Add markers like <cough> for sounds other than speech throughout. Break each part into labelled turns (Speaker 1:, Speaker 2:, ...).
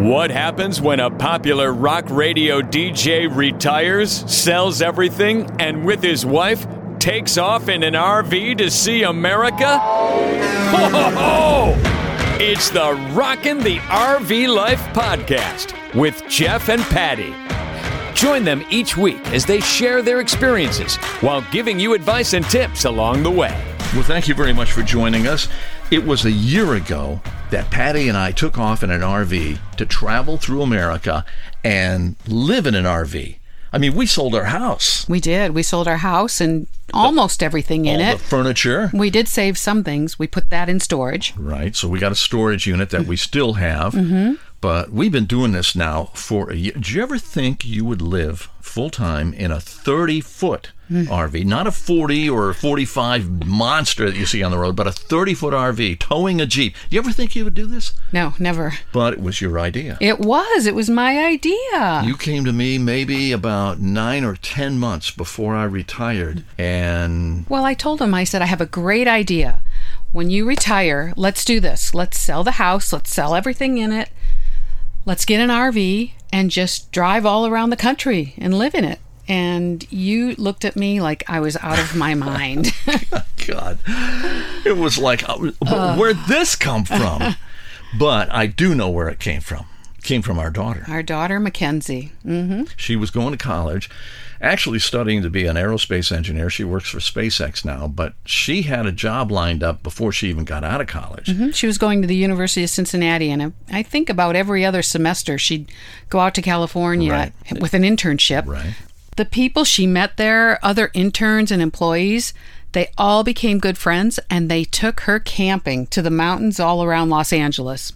Speaker 1: What happens when a popular rock radio DJ retires, sells everything, and with his wife takes off in an RV to see America? Ho ho ho! It's the Rockin' the RV Life podcast with Jeff and Patty. Join them each week as they share their experiences while giving you advice and tips along the way.
Speaker 2: Well, thank you very much for joining us. It was a year ago that Patty and I took off in an RV to travel through America and live in an RV. I mean, we sold our house,
Speaker 3: We did. We sold our house and almost everything in
Speaker 2: all
Speaker 3: it.
Speaker 2: the furniture.
Speaker 3: we did save some things. We put that in storage.
Speaker 2: Right. So we got a storage unit that we still have. Mm-hmm. But we've been doing this now for a year. Did you ever think you would live full time in a 30 foot
Speaker 3: Mm.
Speaker 2: RV? Not a 40 or a 45 monster that you see on the road, but a 30 foot RV towing a Jeep. Do you ever think you would do this?
Speaker 3: No, never.
Speaker 2: But it was your idea.
Speaker 3: It was. It was my idea.
Speaker 2: You came to me maybe about nine or ten months before I retired, and
Speaker 3: well, I told him, I said, I have a great idea. When you retire, let's do this. Let's sell the house. Let's sell everything in it. Let's get an RV and just drive all around the country and live in it. And you looked at me like I was out of
Speaker 2: <laughs>
Speaker 3: my mind.
Speaker 2: God, it was like, I was- where'd this come from? but I do know where it came from. It came from our daughter.
Speaker 3: our daughter, Mackenzie.
Speaker 2: She was going to college, actually studying to be an aerospace engineer. She works for SpaceX now, but she had a job lined up before she even got out of college.
Speaker 3: She was going to the University of Cincinnati, and I- I think about every other semester she'd go out to California
Speaker 2: Right.
Speaker 3: with an internship.
Speaker 2: Right.
Speaker 3: The people she met there, other interns and employees, they all became good friends and they took her camping to the mountains all around Los Angeles.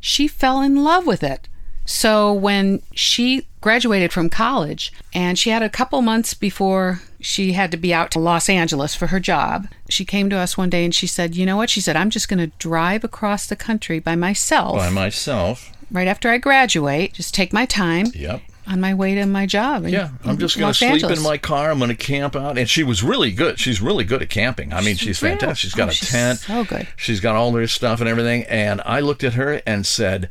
Speaker 3: She fell in love with it. So when she graduated from college and she had a couple months before she had to be out to Los Angeles for her job, she came to us one day and she said, You know what? She said, I'm just going to drive across the country by myself
Speaker 2: By myself.
Speaker 3: right after I graduate, just take my time
Speaker 2: Yep.
Speaker 3: on my way to my job. in-
Speaker 2: Yeah, I'm
Speaker 3: in
Speaker 2: just going
Speaker 3: Los
Speaker 2: to sleep
Speaker 3: Angeles."
Speaker 2: in my car. I'm going to camp out. And she was really good. She's really good at camping. I mean, she's,
Speaker 3: real-
Speaker 2: fantastic. She's got
Speaker 3: oh,
Speaker 2: a
Speaker 3: she's
Speaker 2: tent.
Speaker 3: so good.
Speaker 2: She's got all her stuff and everything. And I looked at her and said,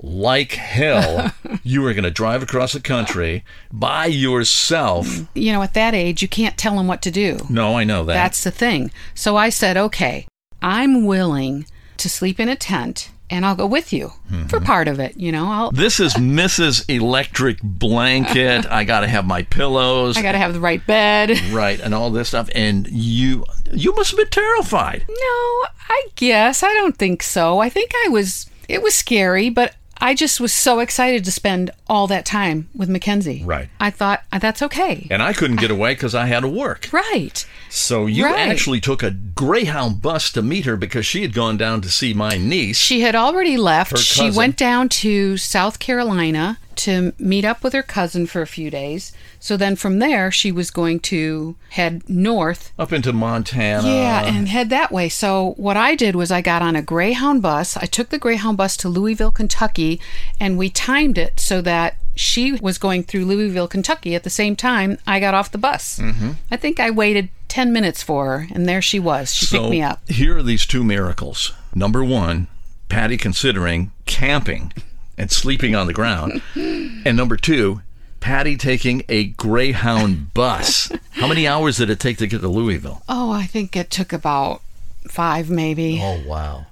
Speaker 2: like
Speaker 3: <laughs>
Speaker 2: hell, you are going to drive across the country by yourself.
Speaker 3: you know, at that age, you can't tell them what to do.
Speaker 2: No, I know that.
Speaker 3: That's the thing. So I said, okay, I'm willing to sleep in a tent and I'll go with you
Speaker 2: Mm-hmm.
Speaker 3: for part of it. You know, I'll,
Speaker 2: this is Mrs. Electric
Speaker 3: <laughs>
Speaker 2: Blanket. I got to have my pillows.
Speaker 3: I got to have the right bed.
Speaker 2: <laughs>
Speaker 3: no,
Speaker 2: Right, and all this stuff. And you, you must have been terrified.
Speaker 3: I guess. I don't think so. I think I was, it was scary, but I just was so excited to spend all that time with Mackenzie.
Speaker 2: Right.
Speaker 3: I thought, "Uh, that's okay.
Speaker 2: And I couldn't get away because I had to work.
Speaker 3: Right.
Speaker 2: So you
Speaker 3: Right.
Speaker 2: actually took a Greyhound bus to meet her because she had gone down to see my niece.
Speaker 3: She had already
Speaker 2: Her
Speaker 3: left. She
Speaker 2: cousin.
Speaker 3: went down to South Carolina to meet up with her cousin for a few days. So then from there, she was going to head north.
Speaker 2: up into Montana.
Speaker 3: yeah, and head that way. So what I did was I got on a Greyhound bus. I took the Greyhound bus to Louisville, Kentucky, and we timed it so that she was going through Louisville, Kentucky at the same time I got off the bus. Mm-hmm. I think I waited 10 minutes for her, and there she was. She
Speaker 2: so
Speaker 3: picked me up.
Speaker 2: Here are these two miracles. Number one, Patty considering camping and sleeping on the
Speaker 3: <laughs>
Speaker 2: ground. and number two, Patty taking a Greyhound
Speaker 3: <laughs>
Speaker 2: bus. How many hours did it take to get to Louisville?
Speaker 3: Oh, I think it took about five, maybe.
Speaker 2: Oh, wow.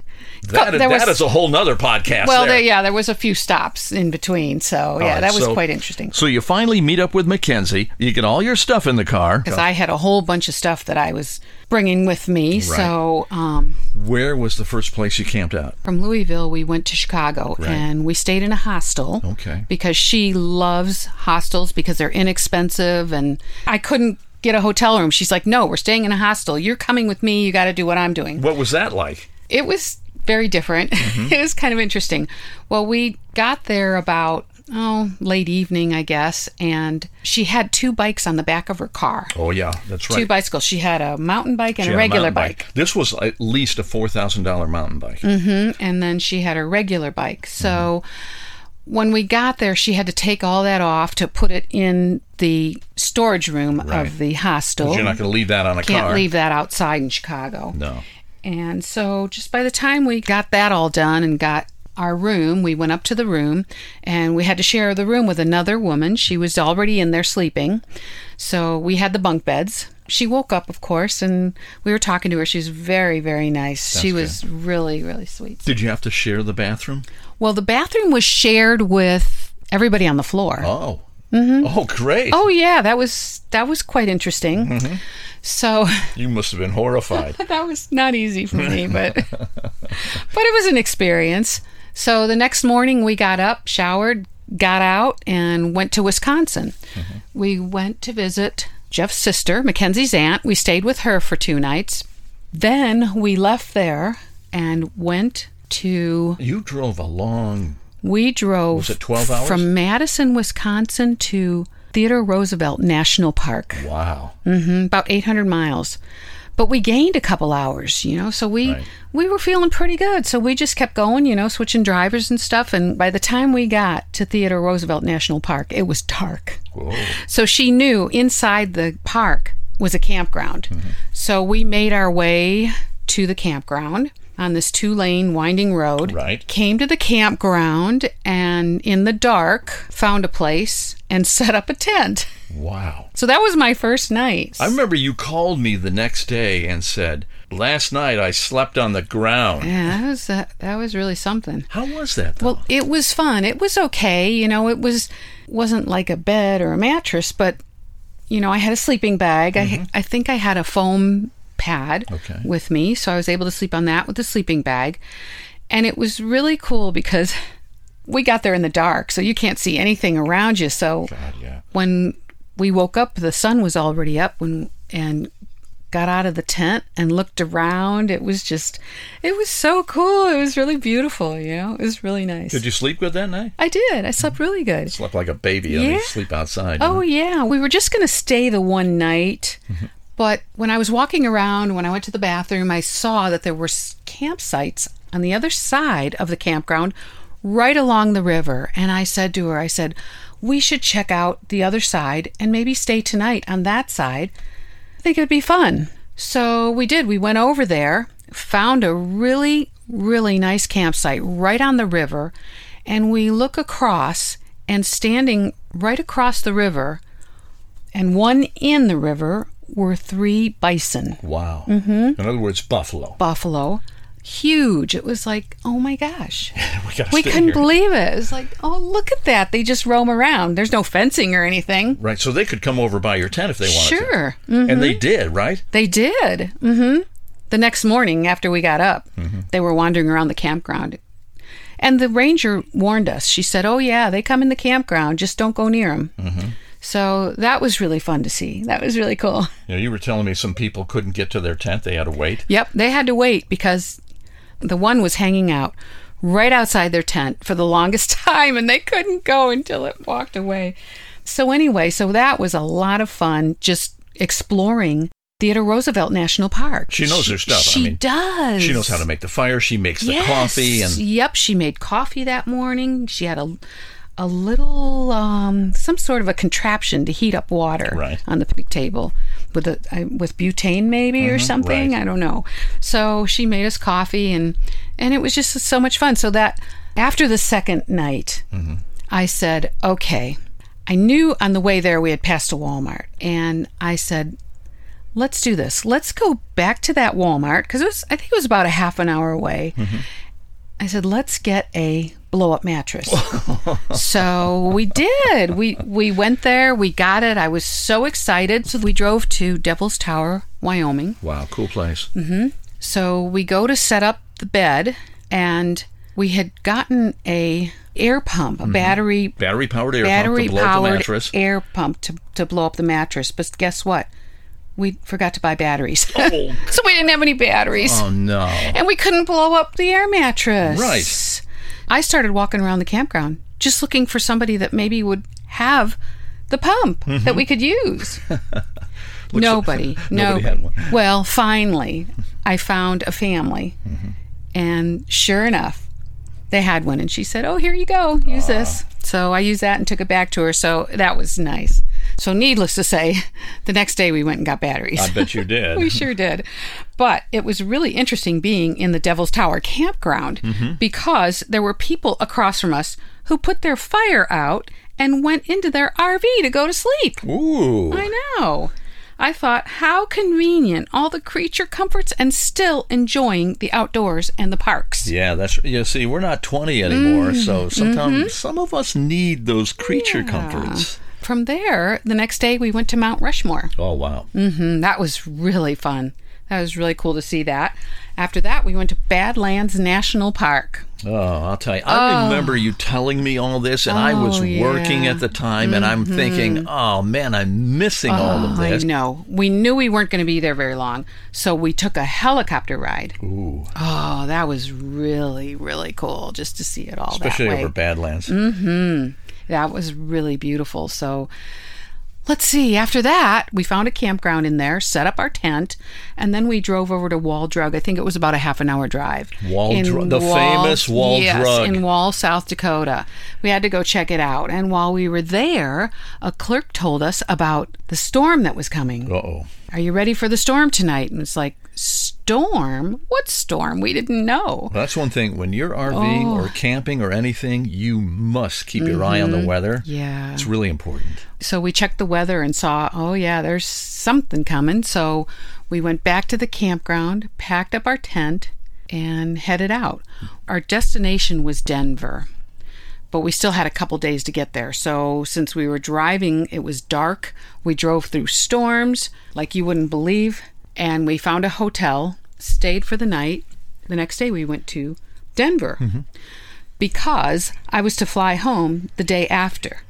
Speaker 2: That,
Speaker 3: there was-
Speaker 2: that is a whole nother podcast.
Speaker 3: Well,
Speaker 2: there.
Speaker 3: there, yeah, there was a few stops in between, so yeah,
Speaker 2: All right,
Speaker 3: that was
Speaker 2: so-
Speaker 3: quite interesting.
Speaker 2: So you finally meet up with Mackenzie. You get all your stuff in the car.
Speaker 3: Because I had a whole bunch of stuff that I was bringing with me. So um,
Speaker 2: Where was the first place you camped out?
Speaker 3: from Louisville, we went to Chicago
Speaker 2: Right.
Speaker 3: and we stayed in a hostel.
Speaker 2: Okay.
Speaker 3: Because she loves hostels because they're inexpensive, and I couldn't get a hotel room. She's like, "No, we're staying in a hostel. You're coming with me. You got to do what I'm doing."
Speaker 2: What was that like?
Speaker 3: It was very different.
Speaker 2: Mm-hmm.
Speaker 3: <laughs> it was kind of interesting. Well, we got there about oh late evening, I guess, and she had two bikes on the back of her car.
Speaker 2: Oh yeah, that's
Speaker 3: Two
Speaker 2: right.
Speaker 3: bicycles. She had a mountain bike and
Speaker 2: She
Speaker 3: a
Speaker 2: had
Speaker 3: regular
Speaker 2: mountain
Speaker 3: bike. Mm-hmm.
Speaker 2: This was at least a four thousand dollar mountain bike.
Speaker 3: and then she had her regular bike.
Speaker 2: Mm-hmm.
Speaker 3: So when we got there, she had to take all that off to put it in the storage room
Speaker 2: Right.
Speaker 3: of the hostel.
Speaker 2: You're not going to leave that on a
Speaker 3: Can't
Speaker 2: car.
Speaker 3: leave that outside in Chicago.
Speaker 2: No.
Speaker 3: And so just by the time we got that all done and got our room, we went up to the room and we had to share the room with another woman. She was already in there sleeping. So we had the bunk beds. She woke up, of course, and we were talking to her. She was very, very nice. she was really, really sweet.
Speaker 2: Did you have to share the bathroom?
Speaker 3: Well, the bathroom was shared with everybody on the floor. Oh,
Speaker 2: Oh. Oh, great.
Speaker 3: yeah, that was that was quite interesting. So
Speaker 2: You must have been
Speaker 3: <laughs>
Speaker 2: horrified.
Speaker 3: that was not easy for me, but <laughs> but it was an experience. So the next morning we got up, showered, got out and went to Wisconsin.
Speaker 2: Mm-hmm.
Speaker 3: We went to visit Jeff's sister, Mackenzie's aunt. We stayed with her for two nights. Then we left there and went to
Speaker 2: you drove a long.
Speaker 3: We drove
Speaker 2: Was it 12 hours?
Speaker 3: from Madison, Wisconsin to Theodore Roosevelt National Park,
Speaker 2: Wow.
Speaker 3: hmm about 800 miles. But we gained a couple hours, you know, so we
Speaker 2: Right.
Speaker 3: we were feeling pretty good. So we just kept going, you know, switching drivers and stuff. And by the time we got to Theodore Roosevelt National Park, it was dark.
Speaker 2: Whoa.
Speaker 3: So she knew inside the park was a campground.
Speaker 2: Mm-hmm.
Speaker 3: So we made our way to the campground on this two lane winding road.
Speaker 2: Right.
Speaker 3: Came to the campground and in the dark found a place and <laughs> set up a tent.
Speaker 2: Wow.
Speaker 3: So that was my first night.
Speaker 2: I remember you called me the next day and said, Last night I slept on the ground.
Speaker 3: yeah, that was that, that was really something.
Speaker 2: How was that, though?
Speaker 3: Well, it was fun. It was okay. You know, it was wasn't like a bed or a mattress, but you know, I had a sleeping bag. I I think I had a foam pad
Speaker 2: Okay.
Speaker 3: with me, so I was able to sleep on that with the sleeping bag. And it was really cool because we got there in the dark, so you can't see anything around you. So
Speaker 2: yeah.
Speaker 3: when we woke up, the sun was already up when and got out of the tent and looked around. It was just it was so cool. It was really beautiful, you know. It was really nice.
Speaker 2: Did you sleep good that night?
Speaker 3: I did. I slept really good.
Speaker 2: Slept like a baby. I mean,
Speaker 3: Yeah.
Speaker 2: you sleep outside.
Speaker 3: Oh yeah, we were just going to stay the one night. But when I was walking around, when I went to the bathroom, I saw that there were s- campsites on the other side of the campground right along the river. And I said to her, I said, "We should check out the other side and maybe stay tonight on that side. I think it'd be fun." So we did. We went over there, found a really really nice campsite right on the river, and we look across and standing right across the river and one in the river were three bison,
Speaker 2: Wow. Mm-hmm. In other words, buffalo. <laughs>
Speaker 3: buffalo, huge. It was like, oh
Speaker 2: <laughs>
Speaker 3: my gosh.
Speaker 2: we gotta
Speaker 3: We
Speaker 2: stay
Speaker 3: couldn't
Speaker 2: here.
Speaker 3: believe it. It was like, oh, look at that. They just roam around. There's no fencing or anything.
Speaker 2: Right, so they could come over by your tent if they wanted to.
Speaker 3: Sure.
Speaker 2: And
Speaker 3: Mm-hmm.
Speaker 2: they did, right?
Speaker 3: They did. hmm The next morning after we got up, they were wandering around the campground. And the ranger warned us. She said, oh, yeah, they come in the campground. Just don't go near them. So that was really fun to see. That was really cool.
Speaker 2: You, know, you were telling me some people couldn't get to their tent; they had to wait.
Speaker 3: Yep, they had to wait because the one was hanging out right outside their tent for the longest <laughs> time and they couldn't go until it walked away. So, anyway, so that was a lot of fun just exploring Theodore Roosevelt National Park.
Speaker 2: She knows her stuff. I
Speaker 3: She
Speaker 2: mean,
Speaker 3: does.
Speaker 2: She knows how to make the fire. She makes the
Speaker 3: Yes.
Speaker 2: coffee, and
Speaker 3: yep, she made coffee that morning. She had a a little um, some sort of a contraption to heat up water
Speaker 2: Right.
Speaker 3: on the picnic table with a I- with butane maybe or something.
Speaker 2: right.
Speaker 3: I don't know. So she made us coffee and and it was just so much fun. So that after the second night, I said, okay. I knew on the way there we had passed a Walmart, and I said, let's do this. Let's go back to that Walmart because it was, I think it was about a half an hour away. I said, let's get a blow up mattress. so we did. We we went there. We got it. I was so excited. So we drove to Devil's Tower, Wyoming.
Speaker 2: wow, cool place.
Speaker 3: Mm. So we go to set up the bed, and we had gotten a air pump, a battery
Speaker 2: Battery powered air pump
Speaker 3: battery
Speaker 2: to blow up the
Speaker 3: powered
Speaker 2: mattress.
Speaker 3: air pump to, to blow up the mattress. But guess what? we forgot to buy batteries. <laughs> so we didn't have any batteries.
Speaker 2: Oh no.
Speaker 3: And we couldn't blow up the air mattress.
Speaker 2: Right.
Speaker 3: I started walking around the campground just looking for somebody that maybe would have the pump
Speaker 2: Mm-hmm.
Speaker 3: that we could use.
Speaker 2: <laughs>
Speaker 3: nobody, nobody.
Speaker 2: had one.
Speaker 3: Well, finally, I found a family.
Speaker 2: Mm-hmm.
Speaker 3: And sure enough, they had one. And she said, Oh, here you go. Use this.
Speaker 2: Ah.
Speaker 3: So I used that and took it back to her. So that was nice. So, needless to say, <laughs> the next day we went and got batteries.
Speaker 2: I bet you did.
Speaker 3: <laughs> We sure did. But it was really interesting being in the Devil's Tower campground
Speaker 2: Mm-hmm.
Speaker 3: because there were people across from us who put their fire out and went into their RV to go to sleep.
Speaker 2: Ooh.
Speaker 3: I know. I thought, how convenient, all the creature comforts and still enjoying the outdoors and the parks.
Speaker 2: Yeah, that's you see, we're not 20 anymore,
Speaker 3: Mm-hmm.
Speaker 2: so sometimes some of us need those creature comforts.
Speaker 3: From there, the next day we went to Mount Rushmore.
Speaker 2: Oh wow.
Speaker 3: Mm, that was really fun. That was really cool to see that. After that, we went to Badlands National Park.
Speaker 2: Oh, I'll tell you. I remember you telling me all this and I was
Speaker 3: Oh, yeah. Mm-hmm.
Speaker 2: working at the time and I'm thinking, "Oh man, I'm missing all of
Speaker 3: Oh, I
Speaker 2: this."
Speaker 3: know. We knew we weren't going to be there very long, so we took a helicopter ride. Ooh. Oh, that was really, really cool just to see it all
Speaker 2: Especially
Speaker 3: that way. Mm.
Speaker 2: over Badlands.
Speaker 3: that was really beautiful. So let's see. After that, we found a campground in there, set up our tent, and then we drove over to Wall Drug. I think it was about a half an hour drive.
Speaker 2: Wall
Speaker 3: In
Speaker 2: Drug- the famous Wall
Speaker 3: yes,
Speaker 2: Drug.
Speaker 3: in Wall, South Dakota. We had to go check it out. And while we were there, a clerk told us about the storm that was coming
Speaker 2: Uh-oh.
Speaker 3: are you ready for the storm tonight? And it's like, storm? What storm? We didn't know.
Speaker 2: That's one thing. When you're RVing
Speaker 3: Oh.
Speaker 2: or camping or anything, you must keep your eye on the weather.
Speaker 3: Mm-hmm. Yeah.
Speaker 2: It's really important.
Speaker 3: So we checked the weather and saw, oh, yeah, there's something coming. So we went back to the campground, packed up our tent, and headed out. Our destination was Denver, but we still had a couple days to get there. So since we were driving, it was dark. We drove through storms like you wouldn't believe, and we found a hotel, stayed for the night. The next day, we went to Denver because I was to fly home the day after.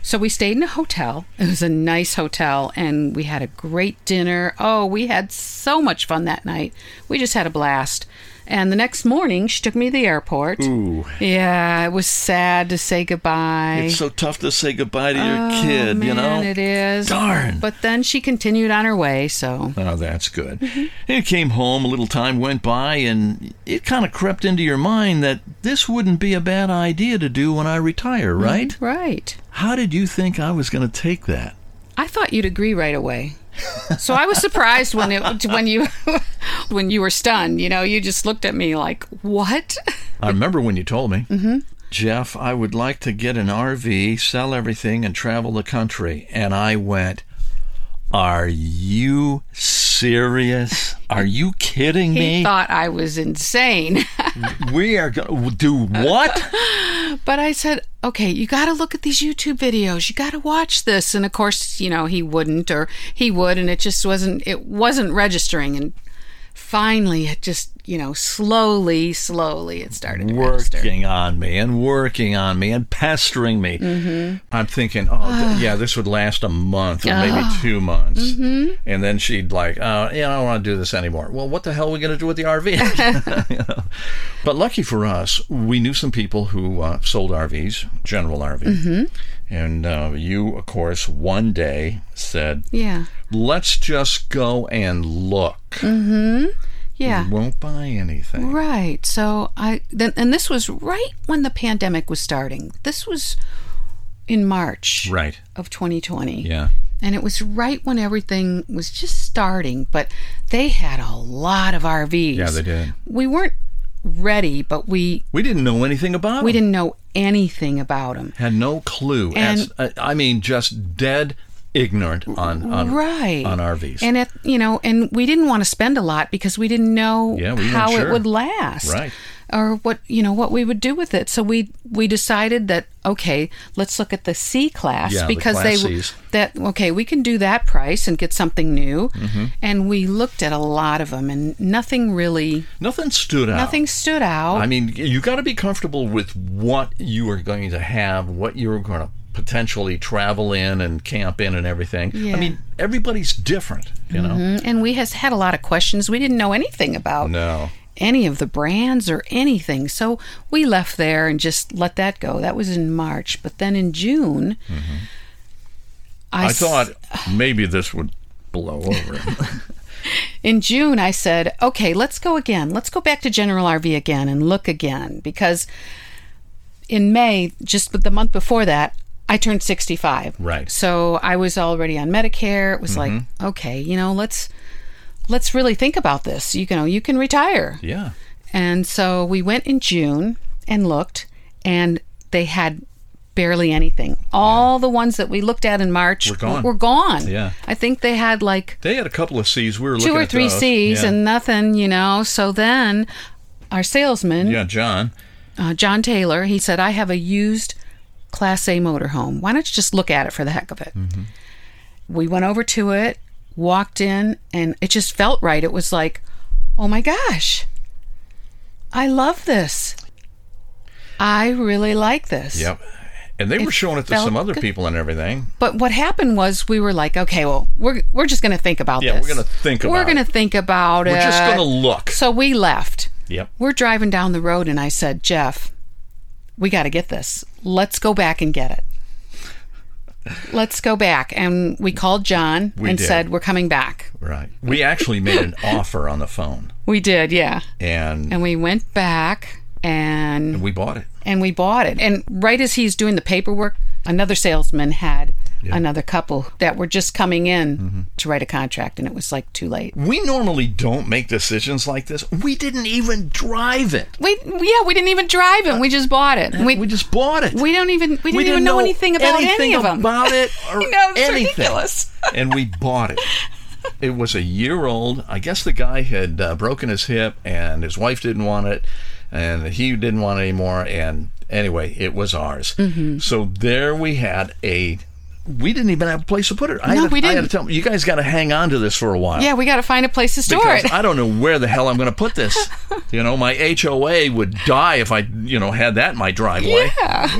Speaker 3: So we stayed in a hotel. It was a nice hotel and we had a great dinner. Oh, we had so much fun that night. We just had a blast. And the next morning, she took me to the airport. Ooh. Yeah, it was sad to say goodbye.
Speaker 2: It's so tough to say goodbye to your kid, you know?
Speaker 3: Oh, Man, it is.
Speaker 2: Darn.
Speaker 3: But then she continued on her way, so.
Speaker 2: Oh, that's good.
Speaker 3: Mm-hmm.
Speaker 2: It came home, a little time went by, and it kind of crept into your mind that this wouldn't be a bad idea to do when I retire,
Speaker 3: Mm-hmm.
Speaker 2: right?
Speaker 3: Right.
Speaker 2: How did you think I was going to take that?
Speaker 3: I thought you'd agree right away. So I was surprised when it when you <laughs> when you were stunned. You know, you just looked at me like, "What?" <laughs>
Speaker 2: I remember when you told me. Mm-hmm. Jeff, I would like to get an RV, sell everything, and travel the country. And I went, Are you serious? Are you kidding
Speaker 3: He
Speaker 2: me?
Speaker 3: thought I was insane. <laughs>
Speaker 2: we are going to do what?
Speaker 3: But I said, "Okay, you got to look at these YouTube videos. You got to watch this." And of course, you know, he wouldn't or he would and it just wasn't it wasn't registering and finally it just, you know, slowly, slowly it started to register.
Speaker 2: working on me and working on me and pestering me.
Speaker 3: Mm-hmm.
Speaker 2: I'm thinking, oh,
Speaker 3: Ah.
Speaker 2: th- yeah, this would last a month or maybe two months.
Speaker 3: Mm-hmm.
Speaker 2: And then she'd like, oh, yeah, I don't want to do this anymore. Well, what the hell are we going to do with the
Speaker 3: <laughs>
Speaker 2: RV? You know? <laughs> But lucky for us, we knew some people who uh, sold RVs, general RV.
Speaker 3: Mm-hmm.
Speaker 2: And uh, you, of course, one day said,
Speaker 3: Yeah.
Speaker 2: let's just go and look.
Speaker 3: Yeah.
Speaker 2: We won't buy anything.
Speaker 3: Mm-hmm. Right. So I then and this was right when the pandemic was starting. This was in March
Speaker 2: Right.
Speaker 3: of 2020.
Speaker 2: Yeah.
Speaker 3: And it was right when everything was just starting, but they had a lot of RVs.
Speaker 2: Yeah, they did.
Speaker 3: We weren't ready, but we
Speaker 2: We didn't know anything about
Speaker 3: we
Speaker 2: them.
Speaker 3: didn't know anything about them.
Speaker 2: had no clue.
Speaker 3: And-
Speaker 2: as, uh, I mean, just dead ignorant on on,
Speaker 3: right
Speaker 2: on RVs.
Speaker 3: and it you know and we didn't want to spend a lot because we didn't know
Speaker 2: Yeah, we weren't
Speaker 3: how
Speaker 2: sure.
Speaker 3: it would last
Speaker 2: Right.
Speaker 3: or what you know what we would do with it so we we decided that okay let's look at the c class
Speaker 2: Yeah, the
Speaker 3: because
Speaker 2: Class
Speaker 3: they w-
Speaker 2: Cs.
Speaker 3: that okay we can do that price and get something new
Speaker 2: Mm-hmm.
Speaker 3: and we looked at a lot of them and nothing really
Speaker 2: nothing stood out.
Speaker 3: nothing stood out
Speaker 2: I mean, you got to be comfortable with what you are going to have, what you're going to potentially travel in and camp in and everything.
Speaker 3: Yeah. Mm-hmm.
Speaker 2: I mean, everybody's different, you know.
Speaker 3: And we has had a lot of questions we didn't know anything about.
Speaker 2: No.
Speaker 3: Any of the brands or anything. So we left there and just let that go. That was in March. But then in June,
Speaker 2: Mm-hmm. I
Speaker 3: I, s-
Speaker 2: thought maybe this would blow <laughs> over.
Speaker 3: in June, I said, okay, let's go again. Let's go back to General RV again and look again. Because in May, just the month before that, I turned 65.
Speaker 2: Right. Mm-hmm.
Speaker 3: So I was already on Medicare. It was like, okay, you know, let's. Let's really think about this. You know, you can retire.
Speaker 2: yeah.
Speaker 3: And so we went in June and looked, and they had barely anything. All the ones that we looked at in March
Speaker 2: Were gone.
Speaker 3: gone.
Speaker 2: Yeah.
Speaker 3: I think they had like
Speaker 2: They had a couple of C's. We were
Speaker 3: two
Speaker 2: looking
Speaker 3: or
Speaker 2: at
Speaker 3: three
Speaker 2: those.
Speaker 3: C's
Speaker 2: yeah.
Speaker 3: and nothing, you know. So then our salesman,
Speaker 2: yeah, John.
Speaker 3: uh, John Taylor, he said, I have a used Class A motorhome. Why don't you just look at it for the heck of it?
Speaker 2: Mm-hmm.
Speaker 3: We went over to it, walked in, and it just felt right. It was like, oh my gosh, I love this. I really like this.
Speaker 2: Yep. And they were
Speaker 3: It
Speaker 2: showing it to
Speaker 3: felt
Speaker 2: some other
Speaker 3: good.
Speaker 2: people and everything.
Speaker 3: But what happened was we were like, okay, well, we're, we're just going to think about
Speaker 2: Yeah,
Speaker 3: this.
Speaker 2: we're gonna think
Speaker 3: We're
Speaker 2: about
Speaker 3: going to
Speaker 2: it.
Speaker 3: think about it.
Speaker 2: We're just going to look.
Speaker 3: So we left.
Speaker 2: Yep.
Speaker 3: We're driving down the road, and I said, Jeff, we got to get this. Let's go back and get it. Let's go back. And we called John
Speaker 2: We
Speaker 3: and
Speaker 2: did.
Speaker 3: said, We're coming back.
Speaker 2: Right. We actually made an offer on the phone
Speaker 3: We did, yeah.
Speaker 2: and,
Speaker 3: And we went back and
Speaker 2: we bought it.
Speaker 3: and we bought it. And right as he's doing the paperwork, another salesman had another couple that were just coming in
Speaker 2: Mm-hmm.
Speaker 3: to write a contract and it was like too late.
Speaker 2: We normally don't make decisions like this. We didn't even drive it.
Speaker 3: We yeah, we didn't even drive it. We just bought it.
Speaker 2: Uh, We, just bought it.
Speaker 3: We don't even- we didn't even know anything about any
Speaker 2: anything
Speaker 3: of 'em.
Speaker 2: About
Speaker 3: <laughs>
Speaker 2: it or
Speaker 3: You know, it's
Speaker 2: anything.
Speaker 3: ridiculous. <laughs>
Speaker 2: and we bought it. It was a year old. I guess the guy had uh, broken his hip, and his wife didn't want it, and he didn't want it anymore. And anyway, it was ours.
Speaker 3: Mm-hmm.
Speaker 2: So there we had a. We didn't even have a place to put it. I
Speaker 3: No,
Speaker 2: had to,
Speaker 3: we
Speaker 2: I had to
Speaker 3: didn't.
Speaker 2: tell him, you guys got to hang on to this for a while.
Speaker 3: yeah, we got to find a place to store
Speaker 2: Because
Speaker 3: it.
Speaker 2: I don't know where the hell I'm going to put this. you know, my HOA would die if I, you know, had that in my driveway. Yeah.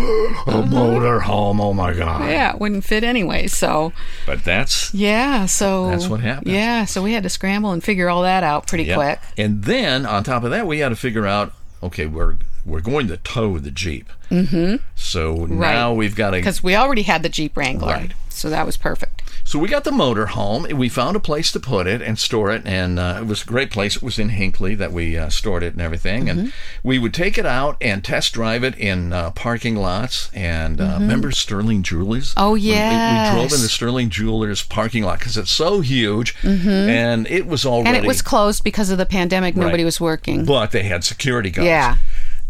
Speaker 2: <gasps> a motor home. Oh my god.
Speaker 3: <laughs> yeah, it wouldn't fit anyway. So
Speaker 2: But that's
Speaker 3: yeah, so
Speaker 2: That's what happened.
Speaker 3: Yeah, so we had to scramble and figure all that out pretty
Speaker 2: yeah.
Speaker 3: quick.
Speaker 2: And then on top of that, we had to figure out. Okay, we're we're going to tow the jeep. Mm-hmm. So now we've got to
Speaker 3: because we already had the Jeep Wrangler,
Speaker 2: Right.
Speaker 3: so that was perfect.
Speaker 2: So we got the motor home. and We found a place to put it and store it, and uh, it was a great place. It was in Hinckley that we uh, stored it and everything. And
Speaker 3: Mm-hmm.
Speaker 2: we would take it out and test drive it in uh, parking lots. And uh, remember Sterling Jewelers?
Speaker 3: Mm-hmm. Oh,
Speaker 2: When we- we, drove in
Speaker 3: yes.
Speaker 2: the Sterling Jewelers parking lot because it's so huge, and it was already.
Speaker 3: Mm-hmm. And it was closed because of the pandemic; nobody
Speaker 2: Right.
Speaker 3: was working.
Speaker 2: But they had security guards.
Speaker 3: Yeah.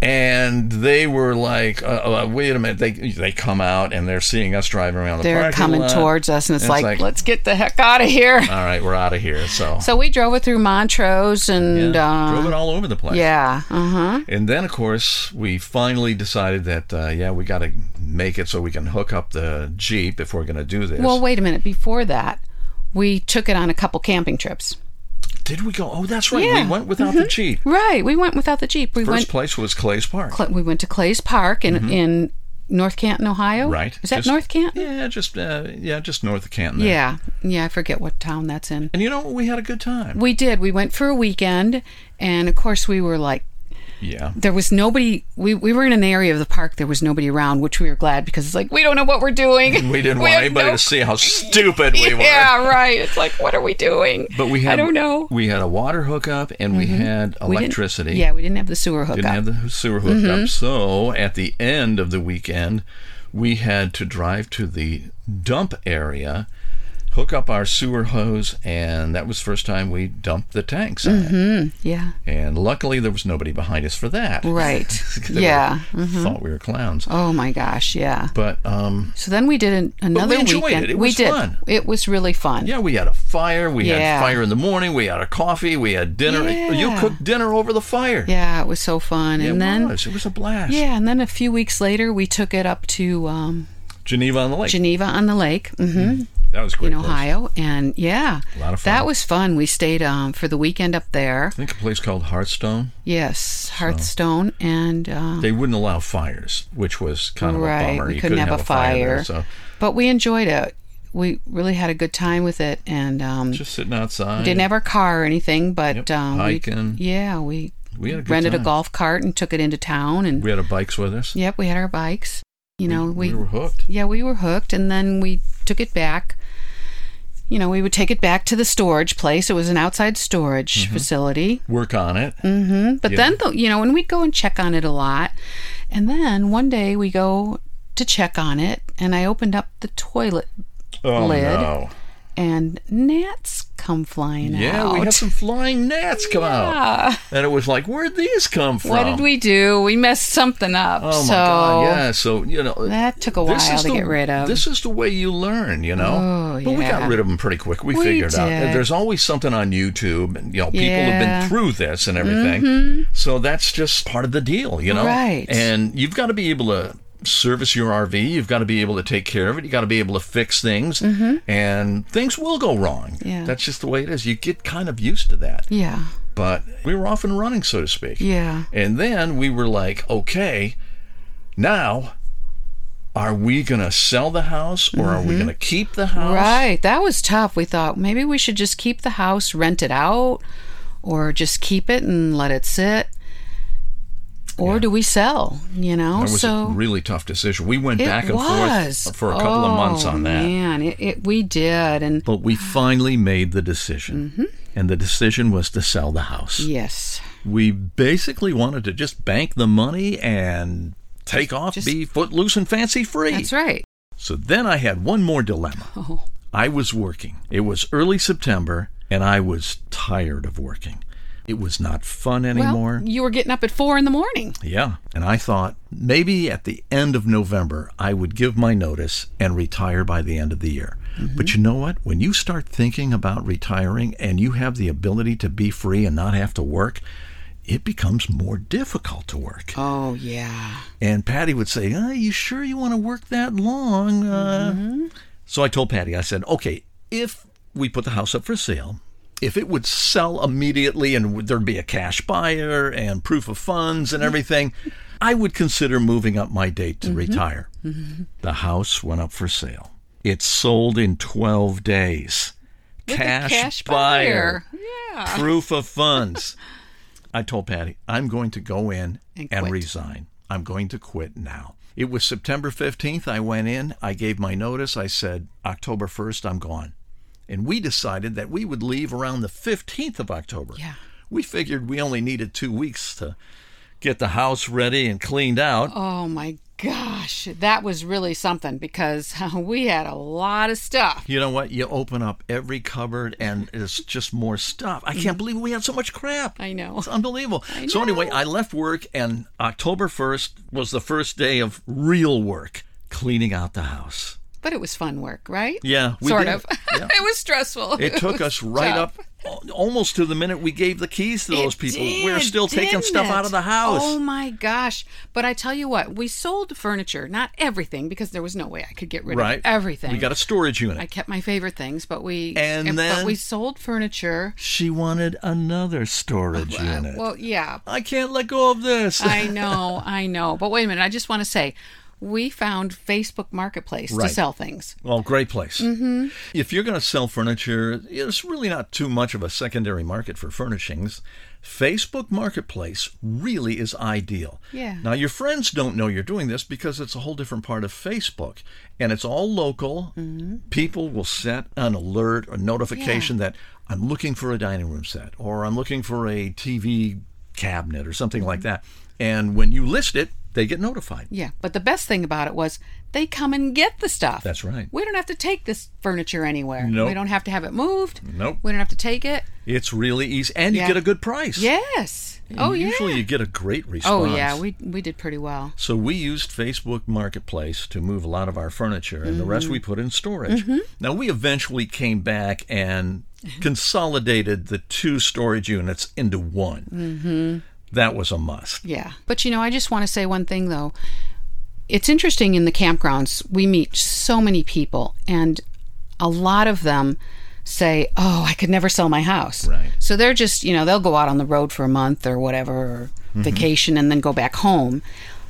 Speaker 2: And they were like, uh, uh, "Wait a minute!" They they come out and they're seeing us driving around the
Speaker 3: They're
Speaker 2: parking
Speaker 3: coming
Speaker 2: lot.
Speaker 3: towards us, and it's,
Speaker 2: And
Speaker 3: like, let's get the heck out of here.
Speaker 2: <laughs>
Speaker 3: <laughs>
Speaker 2: all right, we're out of here. So,
Speaker 3: so we drove it through Montrose, and
Speaker 2: yeah,
Speaker 3: uh,
Speaker 2: drove it all over the place.
Speaker 3: yeah, uh-huh.
Speaker 2: And then, of course, we finally decided that uh, yeah, we got to make it so we can hook up the jeep if we're going to do this.
Speaker 3: Well, wait a minute. Before that, we took it on a couple camping trips.
Speaker 2: did we go? Oh, that's right.
Speaker 3: Yeah.
Speaker 2: We went without the jeep.
Speaker 3: Right, we went without the Jeep. We
Speaker 2: First
Speaker 3: went.
Speaker 2: place was Clay's Park.
Speaker 3: Cl- we went to Clay's Park in in North Canton, Ohio.
Speaker 2: Mm-hmm. right.
Speaker 3: Is that
Speaker 2: Just-
Speaker 3: North Canton?
Speaker 2: Yeah, just uh, yeah, just north of Canton. there.
Speaker 3: Yeah. Yeah, I forget what town that's in.
Speaker 2: And you know, we had a good time.
Speaker 3: We did. We went for a weekend, and of course, we were like,
Speaker 2: yeah.
Speaker 3: there was nobody. We, we were in an area of the park there was nobody around, which we were glad because it's like we don't know what we're
Speaker 2: <laughs>
Speaker 3: doing. <laughs>
Speaker 2: We didn't want
Speaker 3: have
Speaker 2: anybody
Speaker 3: no-
Speaker 2: to see how stupid we were.
Speaker 3: <laughs> Yeah, right. It's like what are we doing?
Speaker 2: But we had
Speaker 3: I don't know. Mm-hmm.
Speaker 2: We had a water hookup and we had
Speaker 3: We didn't-
Speaker 2: electricity.
Speaker 3: yeah, we didn't have the sewer hookup.
Speaker 2: didn't have the sewer hooked
Speaker 3: Mm-hmm.
Speaker 2: up. So at the end of the weekend, we had to drive to the dump area, hook up our sewer hose, and that was the first time we dumped the tanks. on it.
Speaker 3: Mm-hmm.
Speaker 2: <laughs>
Speaker 3: yeah.
Speaker 2: And luckily, there was nobody behind us for that.
Speaker 3: Right.
Speaker 2: <laughs> 'Cause they
Speaker 3: yeah. Mm-hmm.
Speaker 2: were- Thought we were clowns.
Speaker 3: Oh my gosh. Yeah.
Speaker 2: But um,
Speaker 3: So then we did an, another
Speaker 2: we enjoyed
Speaker 3: weekend.
Speaker 2: it. It
Speaker 3: we
Speaker 2: was
Speaker 3: did.
Speaker 2: fun.
Speaker 3: It was really fun.
Speaker 2: yeah, we had a fire. We had
Speaker 3: Yeah.
Speaker 2: fire in the morning. We had a coffee. We had dinner. You
Speaker 3: Yeah.
Speaker 2: cooked dinner over the fire.
Speaker 3: Yeah, it was so fun.
Speaker 2: Yeah,
Speaker 3: and
Speaker 2: it
Speaker 3: then
Speaker 2: was. It was a blast.
Speaker 3: yeah, and then a few weeks later we took it up to um,
Speaker 2: Geneva on the Lake. Mm-hmm.
Speaker 3: Geneva on the lake. hmm
Speaker 2: that was a great.
Speaker 3: in
Speaker 2: place.
Speaker 3: Ohio, and yeah,
Speaker 2: A lot of
Speaker 3: That
Speaker 2: fun.
Speaker 3: was fun. We stayed um, for the weekend up there.
Speaker 2: I think a place called Hearthstone.
Speaker 3: Yes, Hearthstone, and uh,
Speaker 2: They wouldn't allow fires, which was kind of a
Speaker 3: right,
Speaker 2: bummer.
Speaker 3: we
Speaker 2: you
Speaker 3: couldn't, have, a fire,
Speaker 2: there, so
Speaker 3: but we enjoyed it. We really had a good time with it, and um,
Speaker 2: just sitting outside.
Speaker 3: didn't have our car or anything, but
Speaker 2: Yep,
Speaker 3: um, we-
Speaker 2: hiking.
Speaker 3: yeah, we
Speaker 2: we had a good
Speaker 3: rented
Speaker 2: time.
Speaker 3: a golf cart and took it into town, and
Speaker 2: We had our bikes with us.
Speaker 3: yep, we had our bikes. You know,
Speaker 2: we were hooked.
Speaker 3: Yeah, we were hooked, and then we took it back. You know, we would take it back to the storage place. It was an outside storage facility.
Speaker 2: Work on it.
Speaker 3: hmm But
Speaker 2: Mm-hmm. Yeah.
Speaker 3: then, though, you know, and we'd go and check on it a lot. And then one day we go to check on it, and I opened up the toilet,
Speaker 2: Oh
Speaker 3: Lid.
Speaker 2: no!
Speaker 3: and gnats come flying
Speaker 2: Yeah,
Speaker 3: out.
Speaker 2: we had some flying gnats come out, and it was like, where'd these come from?
Speaker 3: What did we do? We messed something up.
Speaker 2: Oh my
Speaker 3: so
Speaker 2: God! Yeah, so you know
Speaker 3: that took a
Speaker 2: this
Speaker 3: while
Speaker 2: is
Speaker 3: to
Speaker 2: the-
Speaker 3: get rid of.
Speaker 2: This is the way you learn, you know.
Speaker 3: Oh,
Speaker 2: but we
Speaker 3: yeah.
Speaker 2: got rid of them pretty quick. We,
Speaker 3: We
Speaker 2: figured out. And
Speaker 3: did.
Speaker 2: There's always something on YouTube, and you know, people have
Speaker 3: Yeah. Mm-hmm.
Speaker 2: been through this and everything. So that's just part of the deal, you know.
Speaker 3: Right.
Speaker 2: And you've got to be able to service your RV. You've got to be able to take care of it. You got to be able to fix things, and things will go wrong.
Speaker 3: Mm-hmm. Yeah.
Speaker 2: That's just the way it is. You get kind of used to that.
Speaker 3: yeah,
Speaker 2: But we were off and running, so to speak.
Speaker 3: yeah.
Speaker 2: And then we were like, okay, now are we going to sell the house or are we going to keep the house?
Speaker 3: Mm-hmm. Right. That was tough. We thought maybe we should just keep the house, rent it out, or just keep it and let it sit. Or do we sell? You know,
Speaker 2: That was
Speaker 3: so
Speaker 2: a really tough decision. We went
Speaker 3: it
Speaker 2: back and
Speaker 3: was
Speaker 2: forth for a couple of months
Speaker 3: Oh,
Speaker 2: on that.
Speaker 3: Man, it, it we did, and
Speaker 2: But we finally made the decision.
Speaker 3: Mm-hmm.
Speaker 2: And the decision was to sell the house.
Speaker 3: yes,
Speaker 2: We basically wanted to just bank the money and take off,
Speaker 3: Just-
Speaker 2: be footloose and fancy free.
Speaker 3: that's right.
Speaker 2: So then I had one more dilemma.
Speaker 3: Oh,
Speaker 2: I was working. It was early September, and I was tired of working. It was not fun anymore.
Speaker 3: Well, you were getting up at four in the morning.
Speaker 2: yeah. And I thought maybe at the end of November, I would give my notice and retire by the end of the year. But you know what? When you start thinking about retiring and you have the ability to be free and not have to work, it becomes more difficult to work.
Speaker 3: Oh yeah,
Speaker 2: And Patty would say, "Are you sure you want to work that long?" Uh,
Speaker 3: Mm-hmm.
Speaker 2: So I told Patty, I said, "Okay, if we put the house up for sale, if it would sell immediately and would- there'd be a cash buyer and proof of funds and everything, I would consider moving up my date
Speaker 3: Mm-hmm.
Speaker 2: to retire." The house went up for sale. It sold in 12 days.
Speaker 3: With a cash buyer. Yeah.
Speaker 2: Proof of funds. I told Patty, I'm going to go in
Speaker 3: And
Speaker 2: and,
Speaker 3: quit.
Speaker 2: resign. I'm going to quit now. It was September 15th. I went in, I gave my notice. I said, October 1st, I'm gone. And we decided that we would leave around the 15th of October.
Speaker 3: Yeah.
Speaker 2: We figured we only needed two weeks to get the house ready and cleaned out.
Speaker 3: oh my gosh, that was really something because <laughs> we had a lot of stuff.
Speaker 2: You know what? You open up every cupboard and it's just more stuff. I can't believe we had so much crap.
Speaker 3: I know.
Speaker 2: It's unbelievable. So, anyway, I left work and October 1st was the first day of real work cleaning out the house.
Speaker 3: But it was fun work, right?
Speaker 2: Yeah, we
Speaker 3: sort
Speaker 2: did
Speaker 3: of.
Speaker 2: it. Yeah.
Speaker 3: <laughs> it was stressful.
Speaker 2: It took
Speaker 3: was <laughs>
Speaker 2: us right
Speaker 3: tough.
Speaker 2: up al- almost to the minute we gave the keys to
Speaker 3: It
Speaker 2: those people. We're
Speaker 3: did,
Speaker 2: still taking
Speaker 3: didn't
Speaker 2: stuff out of
Speaker 3: it?
Speaker 2: the house.
Speaker 3: Oh my gosh! But I tell you what, we sold furniture, not everything, because there was no way I could get rid
Speaker 2: right?
Speaker 3: of everything.
Speaker 2: We got a storage unit.
Speaker 3: I kept my favorite things, but we
Speaker 2: And then-
Speaker 3: but we sold furniture.
Speaker 2: she wanted another storage unit.
Speaker 3: <laughs> Well, yeah,
Speaker 2: I can't let go of this. <laughs>
Speaker 3: I know, I know. But wait a minute, I just want to say, we found Facebook Marketplace
Speaker 2: Right.
Speaker 3: to sell things.
Speaker 2: Well, great place. Mm-hmm. If you're going to sell furniture, it's really not too much of a secondary market for furnishings. Facebook Marketplace really is ideal.
Speaker 3: Yeah.
Speaker 2: Now, your friends don't know you're doing this because it's a whole different part of Facebook and it's all local.
Speaker 3: Mm-hmm.
Speaker 2: People will set an alert or notification that I'm looking for a dining room set or I'm looking for a TV cabinet or something like that. And when you list it, they get notified.
Speaker 3: Mm-hmm. Yeah, but the best thing about it was they come and get the stuff.
Speaker 2: That's right.
Speaker 3: We don't have to take this furniture anywhere.
Speaker 2: Nope. Mm-hmm.
Speaker 3: We don't have to have it moved.
Speaker 2: Nope.
Speaker 3: We don't have to take it.
Speaker 2: It's really easy and you
Speaker 3: Yeah.
Speaker 2: get a good price.
Speaker 3: Yes. oh yeah.
Speaker 2: Usually you get a great
Speaker 3: oh
Speaker 2: response.
Speaker 3: yeah. We we did pretty well.
Speaker 2: So we used Facebook Marketplace to move a lot of our furniture and the
Speaker 3: Mm-hmm.
Speaker 2: rest we put in storage. Now we eventually came back and consolidated the two storage units into
Speaker 3: Mm-hmm.
Speaker 2: one. That was a must.
Speaker 3: Yeah. But you know, I just want to say one thing though. It's interesting in the campgrounds, we meet so many people, and a lot of them say, Oh, I could never sell my house.
Speaker 2: Right.
Speaker 3: So they're just, you know, they'll go out on the road for a month or whatever, or
Speaker 2: Mm-hmm.
Speaker 3: vacation, and then go back home.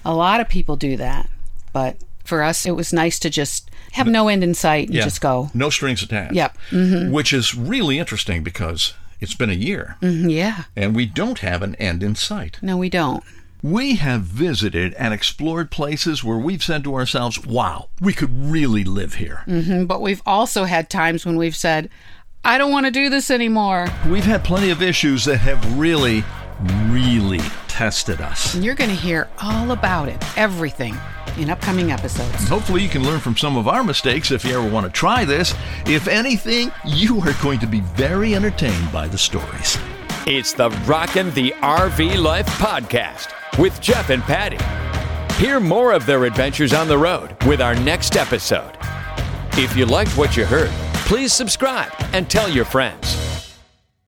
Speaker 3: A lot of people do that. But for us, it was nice to just have no end in sight and
Speaker 2: Yeah.
Speaker 3: just go.
Speaker 2: No strings attached.
Speaker 3: Yep. Mm-hmm.
Speaker 2: Which is really interesting because it's been a year
Speaker 3: Mm. Yeah.
Speaker 2: and we don't have an end in sight.
Speaker 3: No, we don't. <laughs>
Speaker 2: We have visited and explored places where we've said to ourselves, wow, we could really live here.
Speaker 3: But we've also had times when we've said, I don't want to do this anymore.
Speaker 2: We've had plenty of issues that have really, really tested us.
Speaker 3: You're going to hear all about it, everything, in upcoming episodes.
Speaker 2: Hopefully, you can learn from some of our mistakes if you ever want to try this. If anything, you are going to be very entertained by the stories.
Speaker 1: It's the Rockin' the RV Life podcast with Jeff and Patty. Hear more of their adventures on the road with our next episode. If you liked what you heard, please subscribe and tell your friends.